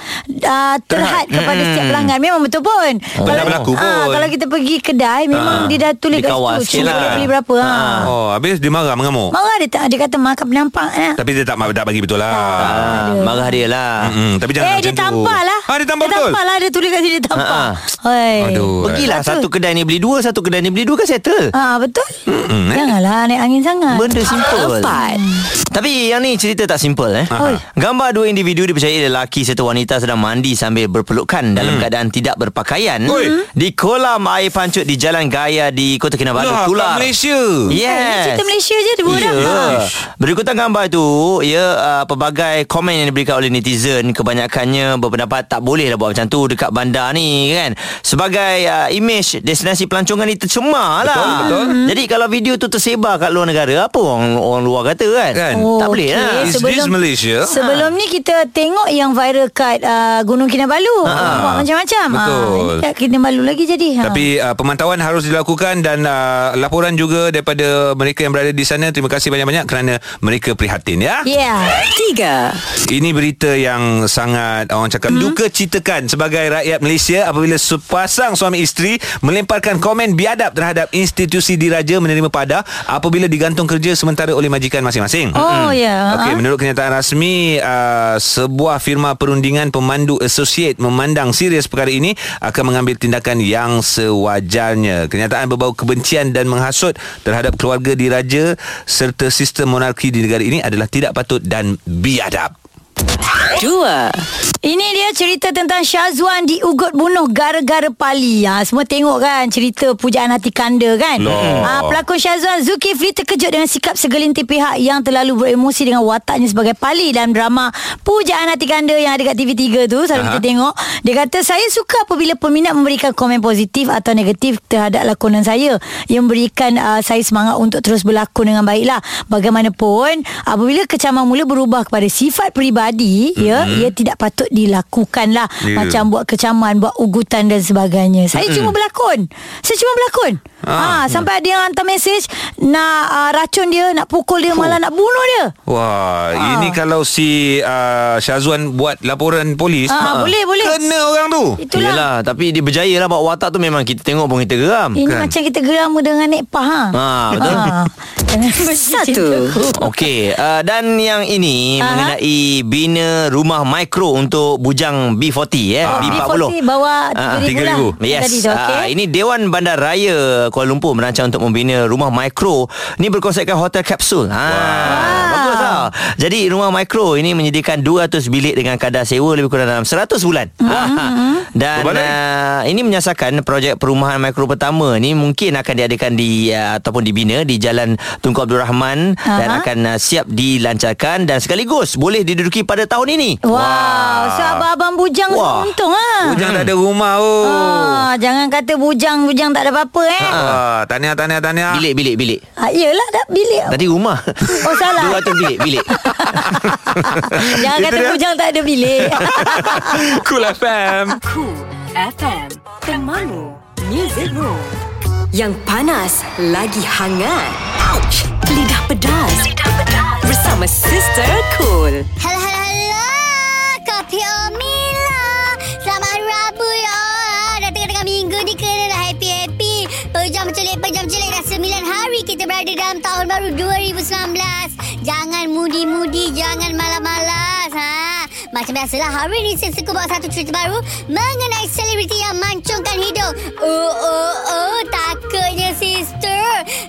uh, terhad kepada hmm. setiap pelanggan. Memang betul pun.
Benda berlaku
ah,
pun.
Kalau kita pergi kedai memang
Ah,
dia dah tulis kat
dikawal
situ.
sikit
Cuma
lah.
boleh beli berapa. Ha.
Oh, habis dia marah mengamuk.
Marah dia tak? Dia kata makan penampak. Eh.
Tapi dia tak tak bagi betul lah.
ah, Marah dia lah
Hmm, tapi jangan
Ha. eh
macam
dia
tu.
tampar lah
Ah, dia tampar betul.
tampar lah Eh, Dia tulis kat sini dia tampar
Ah,
Hei.
Aduh.
Pergilah satu kedai ni beli dua Satu kedai ni beli dua kan settle
Ah Betul Janganlah naik angin sangat Ah,
Benda simple
Empat.
Tapi yang ni cerita tak simple eh.
Oi.
Gambar dua individu dipercayai lelaki serta wanita sedang mandi sambil berpelukan dalam keadaan tidak berpakaian
Hmm. Oi.
di kolam air pancut di Jalan Gaya di Kota
Lah,
Kinabalu
kat
tular.
Malaysia.
Ini
Yes.
eh, cerita Malaysia je Ah. Dua orang
Ya. Berikutan gambar tu, ya uh, pelbagai komen yang diberikan oleh netizen kebanyakannya berpendapat tak boleh lah buat macam tu dekat bandar ni kan. Sebagai uh, image destinasi pelancongan ni tercemar lah.
betul.
Mhm.
Jadi kalau video tu tersebar kat luar negara, apa orang orang luar kata kan?
Kan?
Oh, tak boleh lah.
Is this Malaysia?
Sebelum ni kita tengok yang viral kat uh, Gunung Kinabalu. Ha. Buat macam-macam.
Ah, Betul.
Ha, ini kat Kinabalu lagi jadi. Ha.
Tapi uh, pemantauan harus dilakukan dan uh, laporan juga daripada mereka yang berada di sana. Terima kasih banyak-banyak kerana mereka prihatin ya.
Yeah.
Tiga.
Ini berita yang sangat orang cakap hmm? duka citakan sebagai rakyat Malaysia apabila sepasang suami isteri melemparkan komen biadab terhadap institusi diraja menerima pada apabila digantung kerja sementara oleh majikan masing-masing.
Oh, ya.
Okey,
Ha.
menurut kenyataan rasmi, uh, sebuah firma perundingan pemandu associate memandang serius perkara ini akan mengambil tindakan yang sewajarnya. Kenyataan berbau kebencian dan menghasut terhadap keluarga diraja serta sistem monarki di negara ini adalah tidak patut dan biadab.
Dua.
Ini dia cerita tentang Syazwan diugut bunuh gara-gara pali. Ha, semua tengok kan cerita pujaan hati kanda kan.
Loh.
Ha, pelakon Syazwan Zulkifli terkejut dengan sikap segelintir pihak yang terlalu beremosi dengan wataknya sebagai pali dalam drama Pujaan Hati Kanda yang ada kat TV3 tu. Selalu kita tengok. Dia kata saya suka apabila peminat memberikan komen positif atau negatif terhadap lakonan saya. Yang memberikan uh, saya semangat untuk terus berlakon dengan baiklah. Bagaimanapun apabila kecaman mula berubah kepada sifat peribadi mm-hmm. ya ia tidak patut dilakukan lah
Ya.
yeah. macam buat kecaman buat ugutan dan sebagainya saya mm-hmm. cuma berlakon saya cuma berlakon ah. ha sampai ada yang hantar mesej nak uh, racun dia nak pukul dia malah nak bunuh dia
Wah,
Ah.
ini kalau si uh, Syazwan buat laporan polis,
Ah, boleh, boleh.
Kena orang tu.
itulah
Yelah Tapi dia berjaya lah Bawa watak tu memang Kita tengok pun kita geram
ini
kan.
macam kita geramu dengan Nekpah ha
Ha, betul.
Jangan
Satu.
Okey, uh, dan yang ini
Aha.
mengenai bina rumah mikro untuk bujang B40 eh,
Oh,
B40.
B40 bawa
Ah,
3,000 lah.
3,000. Yes.
Tadi tu, okey.
Ah, ini Dewan Bandar Raya Kuala Lumpur merancang untuk membina rumah mikro. Ini berkonsepkan hotel kapsul. Ha. Wow. Bagus tau. Jadi rumah mikro ini menyediakan 200 bilik dengan kadar sewa lebih kurang dalam 100 bulan.
Hmm,
Mm-hmm. Dan
Berbaloi.
uh, ini menyasarkan projek perumahan mikro pertama ni mungkin akan diadakan di uh, ataupun dibina di Jalan Tunku Abdul Rahman uh-huh. dan
Aha.
akan uh, siap dilancarkan dan sekaligus boleh diduduki pada tahun ini.
Wow, so abang-abang bujang Wah.
Wah.
untung ah.
Bujang tak ada rumah oh.
Ah, jangan kata bujang bujang tak ada apa-apa eh.
Ah, tanya tanya tanya.
Bilik bilik bilik.
Ah, yelah dah bilik.
Tadi rumah.
Oh, salah.
200 bilik bilik.
Jangan
Itu
kata
dia.
bujang tak ada bilik.
Cool FM.
Cool FM Temanmu Music Room Yang panas Lagi hangat Ouch Lidah pedas Lidah pedas Bersama Sister Cool
Hello, hello, hello. Kopi Omila. Selamat Rabu ya. Dah tengah-tengah minggu ni kena dah happy-happy. Pejam celik, pejam celik. Dah 9 hari kita berada dalam tahun baru 2019. Jangan mudi-mudi, jangan malas-malas. Ha? Macam biasalah, hari ni saya suka bawa satu cerita baru mengenai selebriti yang mancungkan hidung. Oh, oh, oh, takutnya sister.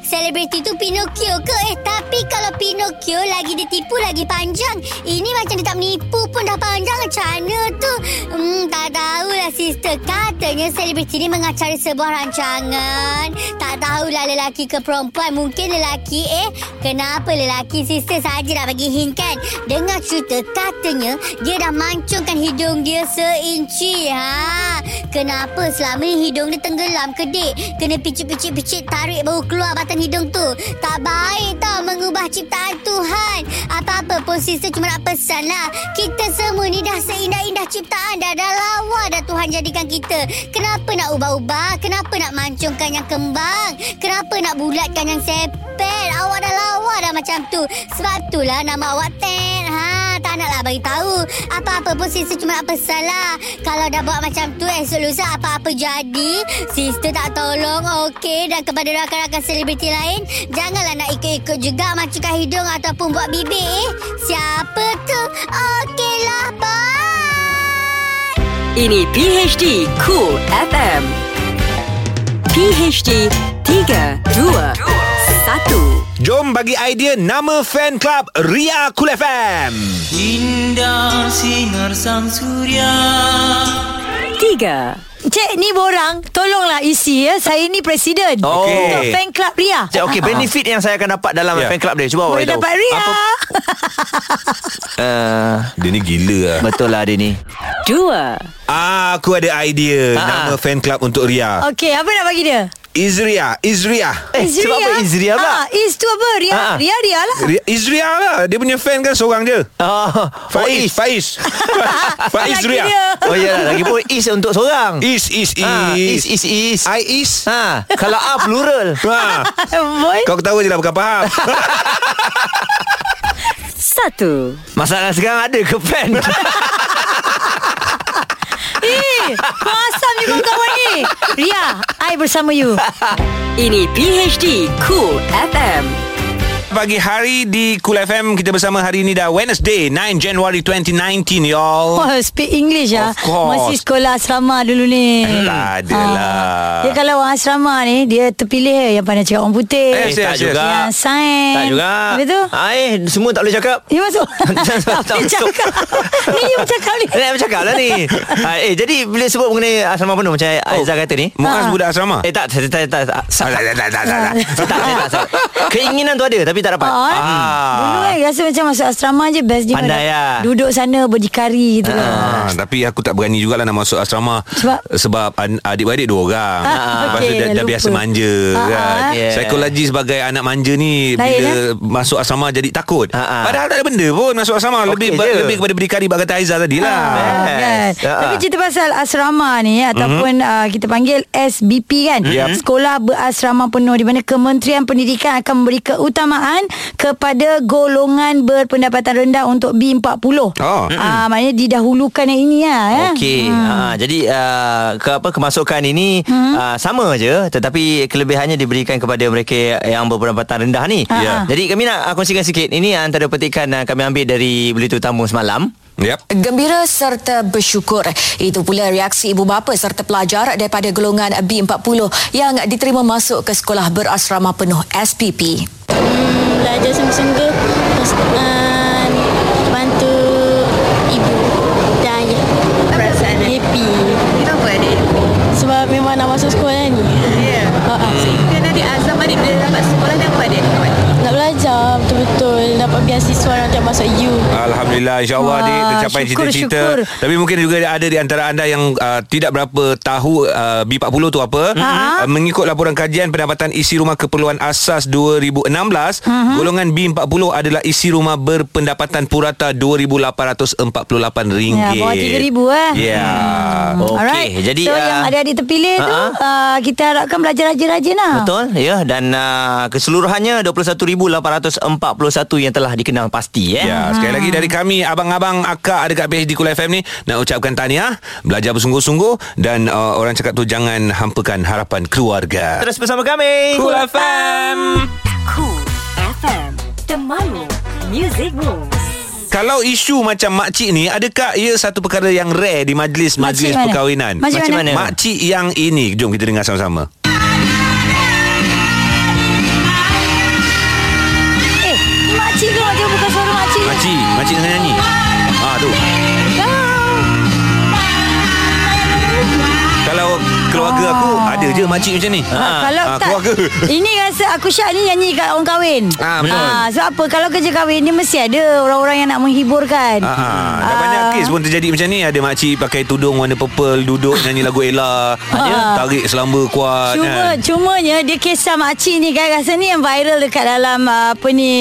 Selebriti tu Pinocchio ke? Eh, tapi kalau Pinocchio lagi ditipu lagi panjang. Ini macam dia tak menipu pun dah panjang. Macam mana tu? Hmm, tak tahulah sister. Katanya selebriti ni mengacara sebuah rancangan. Tak tahulah lelaki ke perempuan. Mungkin lelaki eh. Kenapa lelaki sister saja dah bagi hint kan? Dengar cerita katanya dia dah mancungkan hidung dia seinci. Ha. Kenapa selama ni hidung dia tenggelam ke dek? Kena picit-picit-picit tarik baru keluar batang hidung tu. Tak baik tau mengubah ciptaan Tuhan. Apa-apa pun sister cuma nak pesan lah. Kita semua ni dah seindah-indah ciptaan dah. Dah lawa dah Tuhan jadikan kita. Kenapa nak ubah-ubah? Kenapa nak mancungkan yang kembang? Kenapa nak bulatkan yang sepel? Awak dah lawa dah macam tu. Sebab itulah nama awak Ted. Ha, tak nak lah bagi tahu. Apa-apa pun sister cuma nak pesan lah. Kalau dah buat macam tu esok lusa apa-apa jadi, sister tak tolong okey dan kepada rakan-rakan selebriti lain, janganlah nak ikut-ikut juga macukan hidung ataupun buat bibir. eh. Siapa tu? Okeylah, bye.
Ini PHD Cool FM PHD 3 2 1
Jom bagi idea nama fan club Ria Cool FM.
Indah sinar sang surya
3
Cik ni borang Tolonglah isi ya Saya ni presiden
Oh.
Okey.
Untuk fan club Ria
Cik, Okey, benefit yang saya akan dapat dalam
Ya.
fan club dia. Cuba
Ah. Boleh
awak beritahu.
dapat Ria
Uh,
Dia ni gila lah.
betul lah dia ni.
2
Ah, aku ada idea
Ha.
nama fan club untuk Ria.
Okey apa nak bagi dia
Izria, Izria.
Eh,
Is
sebab
Ria.
apa Izria
Ah,
pula?
Is tu apa Ria
Ah, ah.
Ria Ria lah
Ria- Izria lah. Dia punya fan kan seorang je.
Oh,
Faiz,
Oh, Is.
Faiz. Faiz
Lagi
Ria.
dia.
Oh, ya, lagi pun Is untuk seorang.
Is, is, is.
Ah, is, is, is.
I is.
Ha, kalau A plural.
Ha.
Boy
Kau ketawa je lah bukan faham.
1
Masalah sekarang ada ke fan?
Eh Kau asam je kawan-kawan ni Ria I bersama you
Ini PHD Cool FM
pagi hari di Cool FM Kita bersama hari ini dah Wednesday 9 Januari 2019 y'all
Oh, speak English lah
Of course.
Masih sekolah asrama dulu ni
Tak ada lah.
Dia kalau orang asrama ni Dia terpilih eh, yang pandai cakap orang putih
Eh,
tak
yes, yes.
juga.
Yang sains
Tak juga.
Habis tu
Ah, eh, semua tak boleh cakap.
You masuk
Tak
Tak boleh
masuk.
cakap Ni you bercakap ni
Nak bercakap lah ni Ah, Eh jadi bila sebut mengenai Asrama penuh Macam oh. Aizah kata ni
Muaz budak asrama
Eh tak Tak tak tak tak,
Ah, tak, tak,
tak,
tak, tak, tak.
tak, tak, tak. Keinginan tu ada Tapi tak dapat
Ah, eh. Dulu kan rasa macam masuk asrama je Best dia
Pandai
kalau
lah.
Duduk sana berdikari gitu lah
Ah, tapi aku tak berani jugalah nak masuk asrama
Sebab?
sebab an- adik-beradik dua orang.
Ah,
Lepas tu
okey,
dah, dah
lupa.
biasa manja
Ah,
kan.
ah.
Yeah.
Psikologi sebagai anak manja ni
Lain,
bila
eh?
masuk asrama jadi takut.
Ah, ah.
Padahal tak ada benda pun masuk asrama lebih
Okey
ba-
je.
lebih kepada berdikari bab kata Aizah tadi lah.
Ah, kan.
Yes. Ah. Mhm.
Tapi cerita pasal asrama ni ataupun uh, kita panggil SBP kan. Sekolah berasrama penuh di mana Kementerian Pendidikan akan memberi keutamaan kepada golongan berpendapatan rendah untuk B40.
Oh.
Ah, maknanya didahulukan yang ini lah ya.
Okey. Hmm. Ha jadi uh, ke apa kemasukan ini hmm. uh, sama je tetapi kelebihannya diberikan kepada mereka yang berpendapatan rendah ni.
Ya.
Jadi kami nak uh, kongsikan sikit. Ini antara petikan uh, kami ambil dari berita tamu semalam.
Yep.
Gembira serta bersyukur. Itu pula reaksi ibu bapa serta pelajar daripada golongan B40 yang diterima masuk ke sekolah berasrama penuh SPP.
Belajar sungguh-sungguh Terus, um, Bantu Ibu Dan ayah Perasaan Happy
Kenapa adik?
Sebab memang nak masuk sekolah ni
Ya.
Ah, ah.
Kan adik Azam adik bila dapat sekolah ni apa adik?
Nak belajar Betul-betul Dapat beasiswa Nanti masuk U
Alhamdulillah insyaAllah
Wah,
adik tercapai
syukur,
cita-cita.
syukur.
Tapi mungkin juga ada di antara anda yang uh, tidak berapa tahu uh, B40 tu apa.
Mm-hmm.
Uh, mengikut laporan kajian pendapatan isi rumah keperluan asas 2016,
Mm-hmm.
golongan B40 adalah isi rumah berpendapatan purata
Ya,
RM2,848.
bawah RM3,000, eh.
Ya.
Hmm. Okey,
Alright.
jadi,
so
ah,
yang adik-adik terpilih tu
ah,
uh, kita harapkan belajar rajin-rajin lah.
Betul? Ya dan uh, keseluruhannya 21841 yang telah dikenal pasti eh.
Mm-hmm.
Ya, sekali
Ah.
lagi dari kami abang-abang akak dekat PhD Kul FM ni nak ucapkan tahniah, belajar bersungguh-sungguh dan uh, orang cakap tu jangan hampakan harapan keluarga.
Terus bersama kami.
Cool FM.
Cool FM Temanmu Music Rules
Kalau isu macam makcik ni Adakah ia satu perkara yang rare Di
Makcik
majlis-majlis
mana?
perkahwinan
Makcik
Macam mana? mana?
Makcik yang ini Jom kita dengar sama-sama
Eh, ni makcik ke makcik bukan suara makcik?
Makcik Makcik tengah nyanyi Ah tu Kalau keluarga aku Ada je makcik macam ni
Ha, kalau
ah,
tak
Keluarga
Ini rasa aku Syak ni nyanyi kat orang kahwin
Ah, betul.
Sebab apa Kalau kerja kahwin Dia mesti ada orang-orang yang nak menghiburkan
Ah, ah, dah banyak kes pun terjadi macam ni Ada makcik pakai tudung warna purple Duduk nyanyi lagu Ella Tarik selamba kuat
Cuma
kan.
Cumanya dia kisah makcik ni kan Rasa ni yang viral dekat dalam uh, Apa ni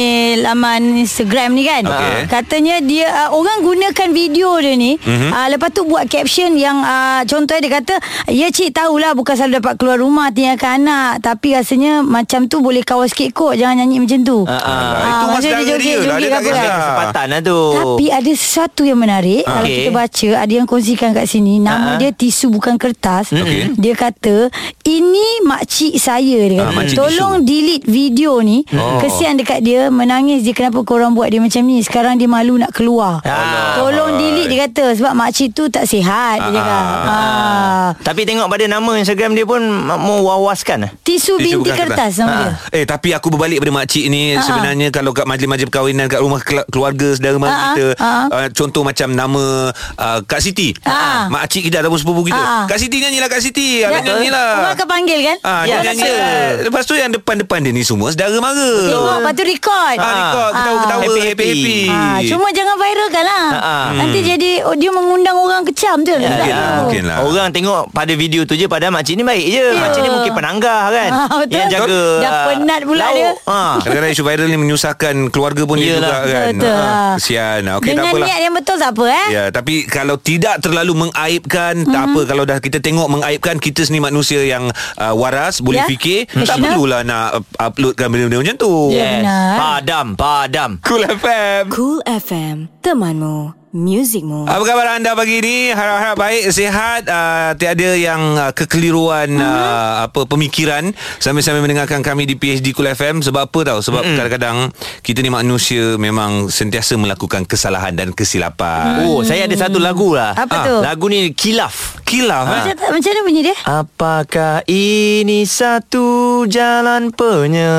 Laman Instagram ni kan
Okey.
Katanya dia uh, Orang gunakan video dia ni mm-hmm.
Mhm.
uh, Lepas tu buat caption yang uh, Contohnya dia kata Ya cik tahulah Bukan selalu dapat keluar rumah Tinggalkan anak Tapi rasanya Macam tu boleh kawal sikit kot Jangan nyanyi macam tu
Ah, ah.
Alah, itu
maksudnya
masalah dia. Lah, dia
joget-joget ke
tak
apa
kisah.
kan?
Kesempatan lah tu.
Tapi
Oh.
ada sesuatu yang menarik
Ah.
Kalau
Okey.
kita baca Ada yang kongsikan kat sini Nama
Ha-ha.
dia tisu bukan kertas
Okey.
Dia kata Ini makcik saya dia
Ah,
kata,
makcik
Tolong delete video ni
Oh.
Kesian dekat dia Menangis dia Kenapa korang buat dia macam ni Sekarang dia malu nak keluar
Ya
Alah.
Tolong delete dia kata Sebab makcik tu tak sihat Dia cakap Ah.
Tapi tengok pada nama Instagram dia pun mewawaskan.
Tisu
Tisu
binti
bukan
kertas nama dia Ha.
Eh tapi aku berbalik pada makcik ni
Ha-ha.
Sebenarnya kalau kat majlis-majlis perkahwinan Kat rumah kela- keluarga saudara mara
Ha-ha.
kita
Ha-ha.
uh, Contoh macam nama uh, Kak Siti
Ha-ha.
Makcik kita ataupun sepupu kita
Ha-ha.
Kak Siti nyanyilah Kak Siti
Ya.
Abang nyanyilah
Orang akan panggil kan
lah. Ah,
Ya,
dia nyanyi
betul.
dia. Lepas tu yang depan-depan dia ni semua Saudara mara Ha,
Tengok Lepas tu record
Ah, record
Ah.
ketawa-ketawa
Happy-happy.
happy-happy.
Ha, cuma jangan viralkan lah.
Ha, ha.
Nanti jadi oh, dia mengundang orang kecam tu.
Ya,
Tak
Ah, Hmm. Mungkin
ya.
lah,
tahu.
mungkin lah.
Orang tengok pada video tu je Padahal makcik ni baik je
Ya.
Makcik ni mungkin penanggah kan
Ah, betul.
Yang jaga
Dah
ah,
penat pula
lauk.
dia. Ya,
Ah.
Ha, Kadang-kadang isu viral ni menyusahkan keluarga pun dia
Yelah.
juga kan.
Betul
Ah,
lah.
Kesian. Okey tak
Dengan
apalah.
niat yang betul tak apa eh. Mhm.
Ya, tapi kalau tidak terlalu mengaibkan, mm-hmm. tak apa kalau dah kita tengok mengaibkan kita sendiri manusia yang uh, waras, boleh
Ya.
fikir, tak
Rasional.
perlulah nak up- uploadkan benda-benda macam tu.
Ya, benar.
Padam Padam
Cool FM.
Cool FM Temanmu muzikmu.
Ah.
Apa khabar anda pagi ini? Harap-harap baik, sihat, uh, tiada yang uh, kekeliruan
Mhm.
uh, apa pemikiran sambil-sambil mendengarkan kami di PhD Kul FM sebab apa tahu? Sebab mm kadang-kadang kita ni manusia memang sentiasa melakukan kesalahan dan kesilapan.
Oh, saya ada satu lagu lah.
Apa
Ah,
tu?
Lagu ni Kilaf. Ah.
Kilaf ha.
Macam, macam mana bunyi dia?
Apakah ini satu jalan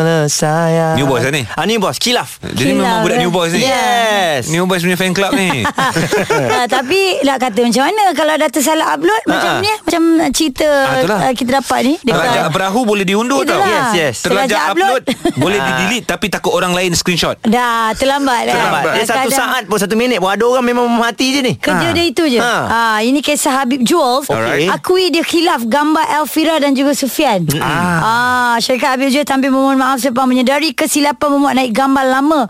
penyelesaian?
New Boys lah ni?
Ah, New Boys, Kilaf.
Jadi memang
Kilaf,
budak New Boys ni.
Yes.
New Boys punya fan club ni.
uh, tapi nak kata macam mana kalau dah tersalah upload uh macam
Ha-ha.
ni eh, macam cerita
Ah, itulah.
uh, kita dapat ni
Terlajak perahu boleh diundur tau.
Itulah.
Yes, yes.
Terlajak
Terlajak
upload,
upload.
boleh
Ah.
di-delete tapi takut orang lain screenshot.
dah terlambat eh? dah.
Terlambat. Dia satu
Kadang-
saat pun satu minit pun ada orang memang mati je ni.
Kerja
Ah.
dia itu je.
Ah.
Ha. ini kisah Habib Jules.
Alright.
Akui dia khilaf gambar Elvira dan juga Sufian. Ah. syarikat Habib Jules tampil memohon maaf selepas menyedari kesilapan memuat naik gambar lama.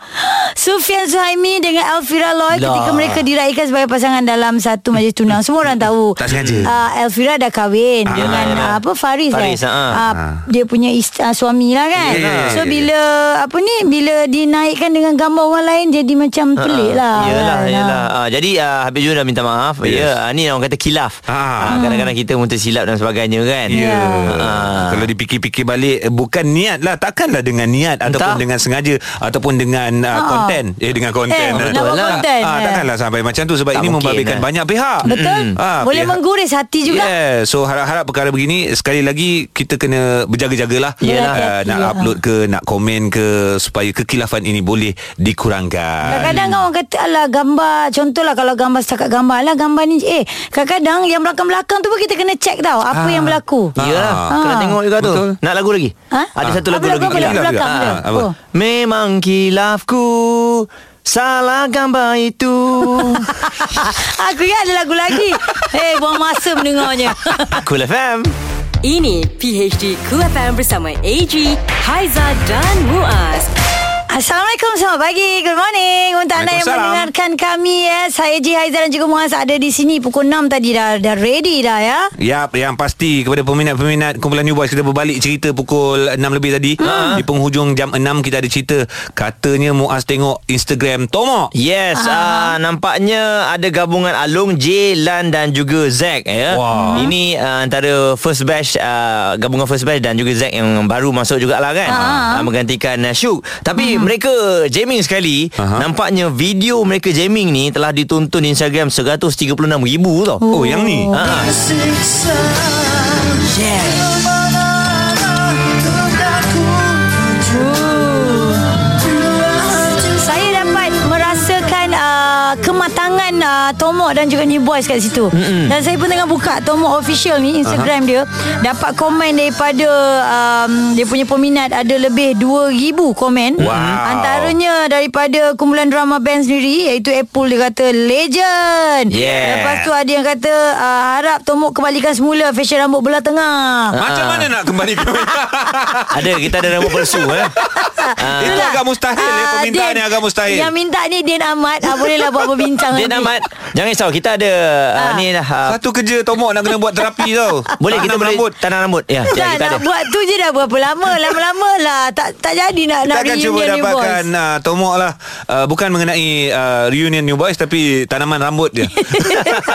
Sufian Suhaimi dengan Elvira Loy
Lah.
ketika mereka diraikan sebagai pasangan dalam satu majlis tunang. Semua orang tahu.
Tak sengaja.
Ah, Elvira dah kahwin
Ah.
dengan
Yalah,
ah,
yalah.
apa Faris,
Faris,
eh.
ah.
Ah, dia punya ist- ah, suami lah kan.
Ya, ya, ya,
so
ya, ya.
bila apa ni bila dinaikkan dengan gambar orang lain jadi macam pelik lah.
Ah, Yalah,
Nah.
yalah. Ah, jadi ah, Habib Jun dah minta maaf.
Yes.
Yes. Ya, ah, ni orang kata kilaf.
Ah.
Ah, kadang-kadang kita pun tersilap dan sebagainya kan.
Ya.
Ah.
Kalau dipikir-pikir balik eh, bukan niat lah takkanlah dengan niat ataupun
Entah.
dengan sengaja ataupun dengan uh, konten eh dengan konten
Ah. Eh,
eh,
nak buat
lah.
konten,
ah,
eh.
takkanlah sampai macam tu sebab
Tak
ini
mungkin,
membabitkan
eh.
banyak pihak
Betul? Hmm.
Mm. Ah,
Boleh
pihak-
mengguris hati juga. Yeah.
Yeah. So harap-harap perkara begini Sekali lagi Kita kena berjaga-jagalah
Yelah.
uh, Nak
Hati-hati,
upload ke Nak komen ke Supaya kekilafan ini Boleh dikurangkan
Kadang-kadang kan orang kata Alah gambar Contohlah kalau gambar Setakat gambar Alah gambar ni Eh kadang-kadang Yang belakang-belakang tu pun Kita kena check tau Apa yang berlaku
Ah.
Yalah, kena
Ah.
tengok juga tu.
Betul.
Nak lagu lagi?
Ha?
Ada satu
Ah,
lagu
belakang,
lagi.
belakang,
kilaf
belakang, belakang.
juga. Ah, apa?
Oh.
Memang kilafku. Salah gambar itu.
Ah, Aku ingat ada lagu lagi Eh buang masa mendengarnya
Cool FM.
Ini PHD Cool FM bersama AG, Haiza dan Muaz.
Assalamualaikum selamat pagi Good morning Untuk anda yang
Waalaikumsalam.
mendengarkan kami ya, Saya Ji Haizah dan juga Muaz Ada di sini pukul 6 tadi Dah, dah ready dah ya
Yap, yang pasti kepada peminat-peminat kumpulan New Boys kita berbalik cerita pukul 6 lebih tadi.
Ha.
Di penghujung jam 6 kita ada cerita katanya Muaz tengok Instagram Tomok.
Yes, ah. nampaknya ada gabungan Along, J, Lan dan juga Zack ya.
Wah.
Ini ah, antara first batch ah, gabungan first batch dan juga Zack yang baru masuk jugalah kan. Ah. menggantikan ah, Syuk. Tapi mereka jamming sekali.
Aha.
Nampaknya video mereka jamming ni telah ditonton di Instagram 136,000 tau.
Oh, yang ni.
Ah.
Saya dapat merasakan uh, kematangan uh, Tomok dan juga New Boys kat situ. Mm-hmm. Dan saya pun tengah buka Tomok official ni Instagram uh-huh. dia dapat komen daripada um, dia punya peminat ada lebih 2000 komen.
Wow.
Antaranya daripada kumpulan drama band sendiri iaitu Apple dia kata legend.
Yeah.
Lepas tu ada yang kata uh, harap Tomok kembalikan semula fashion rambut belah tengah.
Macam mana nak kembali ke
ah. Ada kita ada rambut palsu eh. Ah.
Itu agak mustahil eh,
Ah,
permintaan
Din.
yang agak mustahil.
Yang minta ni Din Ahmad ah, Bolehlah buat perbincangan
Din
nanti.
Ahmad Jangan risau Kita ada ah. Ni dah ah,
Satu kerja Tomok nak kena buat terapi tau. Tanam
Boleh kita boleh
rambut.
Tanam rambut Ya, ya
Dah
kita ada
nak buat tu je dah berapa lama Lama-lama lah Tak tak jadi nak nak
Kita akan cuba
reunion ni bos
dapatkan uh, Tomok lah uh, Bukan mengenai uh, reunion New Boys Tapi tanaman rambut dia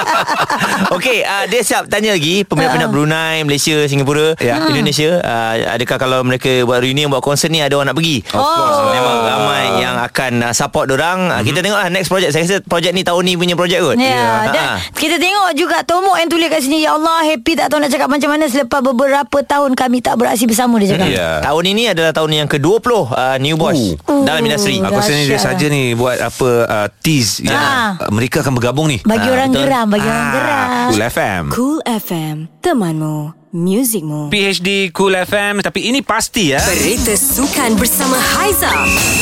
Okey, uh, dia siap tanya
Ah.
lagi peminat-peminat Brunei, Malaysia, Singapura,
Ya.
hmm. Indonesia. Uh, adakah kalau mereka buat reunion, buat konsert ni ada orang nak pergi?
Oh.
Of course lah.
Memang ramai yang akan uh, support orang. Mm-hmm. Kita tengoklah next project. Saya rasa project ni tahun ni punya project kot.
Mhm. Ya, yeah.
Ha.
dan kita tengok juga Tomok yang tulis kat sini Ya Allah happy tak tahu nak cakap macam mana Selepas beberapa tahun kami tak beraksi bersama Dia cakap
Ya.
Tahun ini adalah tahun yang ke-20 uh, New Boys
Ooh.
dalam industri.
Ooh.
Aku rasa Ah, ni dia
Dahsyat lah.
saja ni Buat apa uh, Tease yang
Ah.
uh, Mereka akan bergabung ni
Bagi
Ah,
orang
betul.
geram Bagi orang geram
Cool FM
Cool FM, temanmu, muzikmu.
PHD Cool FM Tapi ini pasti ya
Berita sukan bersama Haiza.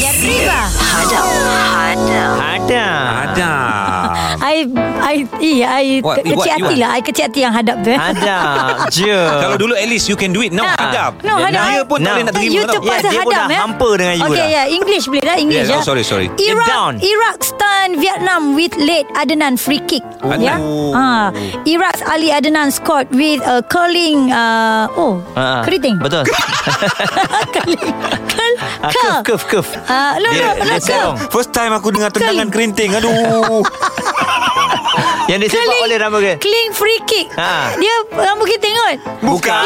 Ya riba. Hadap. Hadap.
Ada.
Ada Ah.
I, I, I, I
What-
ke- kecil
what you
hati
want?
lah I kecil hati yang hadap tu eh.
Ada je.
Kalau dulu at least You can do it Now hadap
Ah. No, hadap.
Dia Ya, pun tak
Now.
boleh nak terima
You
tau. Ya,
Yeah,
terpaksa
dia pun
hadam
dah
eh?
hampa dengan you
Okay
dah.
yeah English boleh lah English
Yeah,
yeah,
oh, sorry, sorry.
Get down.
Iraq Iraq stun Vietnam with late Adnan free kick
Adnan.
Ya ha. Iraq's Ali Adnan scored with a curling uh, Oh
Ah, ah.
Keriting
Betul.
Curling Curl
Ah,
Curl
Curve, curve, curve.
Ah, no,
Dia-
no, no,
dia
curl.
serong.
First time aku dengar tendangan
Kering.
kerinting Aduh
Yang disepak
Keling-
oleh Rama Geng.
Keling free kick
Ha.
Dia Rama Geng tengok
Bukan.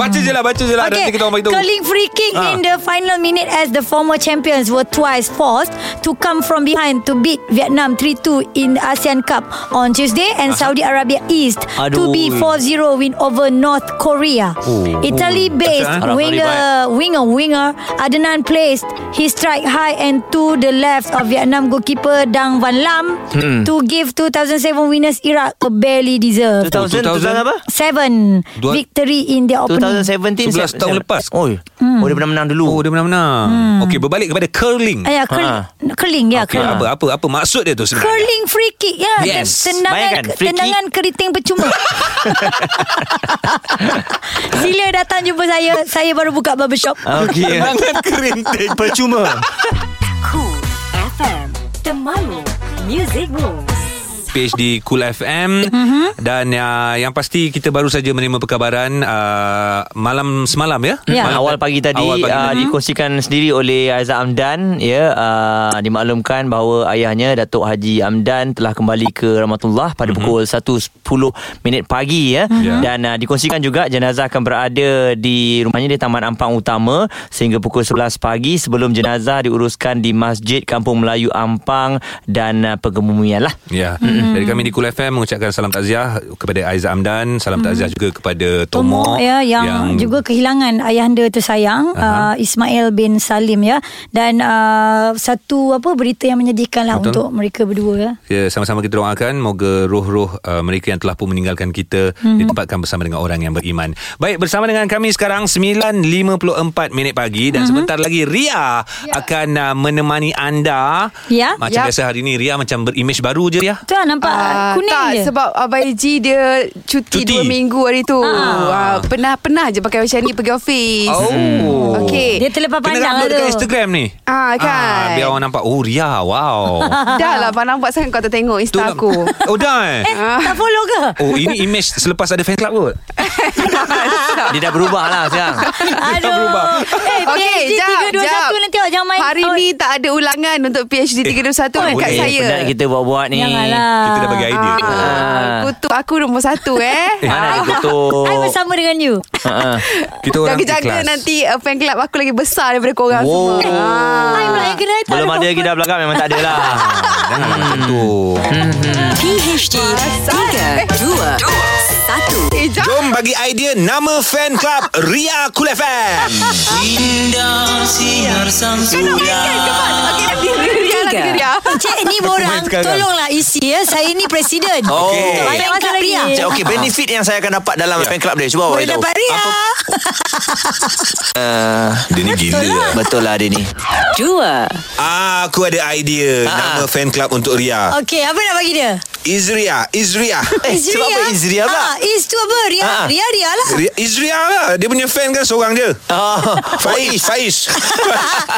Baca je lah, baca je lah. Nanti kita orang beritahu.
Curling free kick
Ah.
in the final minute as the former champions were twice forced to come from behind to beat Vietnam 3-2 in the ASEAN Cup on Tuesday and Saudi Arabia East to be
Aduh.
4-0 win over North Korea.
Oh.
Italy-based
Betul, eh?
winger winger winger Adnan placed his strike high and to the left of Vietnam goalkeeper Dang Van Lam
Hmm.
Mm-mm.
to give 2007 winners Iraq a barely deserved
2000, 2000 apa?
seven
Dua-
victory in their opening. Hmm.
2017
11 tahun lepas.
Oh, oh dia pernah menang dulu
Oh, dia benar-benar. Okey, berbalik kepada curling.
Ah, ya, curl,
Ah.
curling ya.
Okey,
Hmm. curling.
apa apa apa maksud dia tu sebenarnya?
Curling free kick ya.
Yes.
Tendangan
Bayangkan, free kick.
tendangan keriting percuma. Sila datang jumpa saya. Saya baru buka barbershop.
Ah,
Okey.
kerinting.
Percuma.
Cool FM Temanmu Music Rules
page di Cool FM
Mm-hmm.
dan uh, yang pasti kita baru saja menerima perkabaran uh, malam semalam ya.
Ya.
Malam
Awal pagi tadi,
Awal pagi
uh,
tadi.
dikongsikan sendiri oleh Aizah Amdan ya uh, dimaklumkan bahawa ayahnya Datuk Haji Amdan telah kembali ke Rahmatullah pada pukul 1.10 minit pagi ya
Mhm. Ya.
dan uh, dikongsikan juga jenazah akan berada di rumahnya di Taman Ampang Utama sehingga pukul 11 pagi sebelum jenazah diuruskan di Masjid Kampung Melayu Ampang dan uh, pengemumian lah.
Ya. Dari kami di Cool FM mengucapkan salam takziah kepada Aiza Amdan, salam takziah juga kepada Tomo,
Tomo ya yang, juga kehilangan ayahanda tersayang uh-huh. uh, Ismail bin Salim ya dan uh, satu apa berita yang menyedihkan lah
Betul.
untuk mereka berdua ya.
Ya, sama-sama kita doakan moga roh-roh uh, mereka yang telah pun meninggalkan kita mm-hmm. ditempatkan bersama dengan orang yang beriman. Baik, bersama dengan kami sekarang 9.54 minit pagi dan mm-hmm. sebentar lagi Ria akan uh, menemani anda.
Ya.
Macam
Ya.
biasa hari ini Ria macam berimej baru je Ria.
Tu lah nampak uh,
Ah,
kuning
tak,
je.
sebab Abang Ji dia
Cuti.
cuti, dua minggu hari tu.
Ah.
Ah. Pernah-pernah je pakai macam ni pergi office.
Oh.
Mm-hmm.
Okey.
Dia terlepas
Kena
pandang lah
upload
tu.
dekat Instagram ni.
Ah, kan.
biar orang nampak. Oh, Ria. Wow.
Dah lah Abang nampak sangat kau tak tengok
Tu
Insta
lah.
aku.
Oh, dah eh?
Eh, tak follow ke?
Oh, ini image selepas ada fan club kot.
Dia dah berubah lah sekarang.
Aduh.
berubah.
Eh,
Okey,
PSG
jap,
321
jap.
nanti awak jangan main.
Hari
Oh,
ni tak ada ulangan untuk PhD 321 eh, dekat
Boleh
saya.
penat kita buat-buat ni.
Janganlah.
Kita dah bagi idea.
Ah, kutu aku nombor satu eh.
Mana Ah,
Ah.
dikutuk.
Oh.
I bersama dengan you.
Ha-ha.
Kita orang
Jaga-jaga
ikhlas.
nanti uh, fan club aku lagi besar daripada korang
Wow.
semua. Ah.
I pula yang kena tak
Belum ada lagi
apa-apa.
dah belakang Memang tak ada lah
Janganlah macam tu.
PHD 3, 2, 1
Eh, jap.
Jom bagi idea nama fan club Ria Cool FM.
Indah sinar sang
Ah.
suria
Okey, dia Ria lah, dia Ria.
Encik ni borang
sekarang.
Tolonglah isi ya Saya ni presiden
Oh. Okey.
Banyak
Banyak
masa lagi
Ria.
Cik, okay, benefit yang saya akan dapat dalam fan club dia Cuba awak
Boleh
tahu
dapat Ria
uh,
Dia ni gila. lah.
Betul lah dia ni
2
Ah, aku ada idea
Ah.
nama fan club untuk Ria.
Okey apa nak bagi dia
Izria, Izria.
Eh,
Is
sebab
Ria.
apa Izria pula?
Ah, Is tu apa Ria
Ah.
Ria Ria lah
Ria- Izria lah. Dia punya fan kan seorang je.
Oh,
Faiz, Faiz.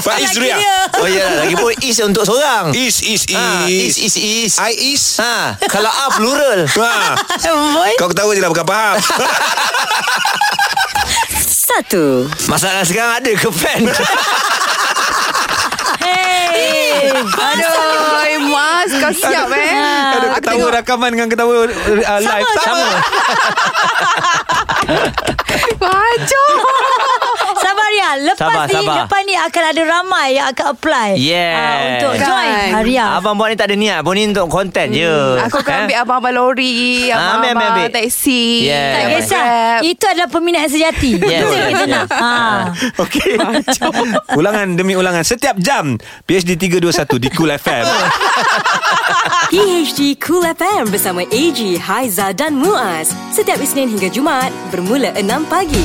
Faiz
Lagi
Ria.
dia.
oh ya, lagi pun is untuk seorang.
Is, is, is. Ah.
Ah, is, is, is.
I is.
Ha, kalau A plural.
Ha.
Boy
Kau ketawa je lah bukan faham.
1
Masalah sekarang ada ke fan?
Hey
Aduh, Mas, kau siap eh.
Ada
Aku
ketawa
tengok
rakaman dengan ketawa uh, live. Sama.
Kacau.
Sabar Ria Lepas
Sabar,
ni
sabar.
Lepas ni akan ada ramai Yang akan apply
Yes.
ah, Untuk
Kan.
join ah, Ria
Abang buat ni tak ada niat. Abang ni untuk konten je.
Aku akan
Eh?
ambil abang-abang lori,
Ah, ambil, ambil,
abang-abang
ambil.
taksi.
Yeah.
Tak
abang
kisah
Grab.
Itu adalah peminat yang sejati
Yes.
Itu yang kita
Yes.
nak Ah.
Okey. ulangan demi ulangan. Setiap jam. PhD 321 di Cool FM.
PHD E Cool FM bersama AG, Haiza dan Muaz. Setiap Isnin hingga Jumaat bermula 6 pagi.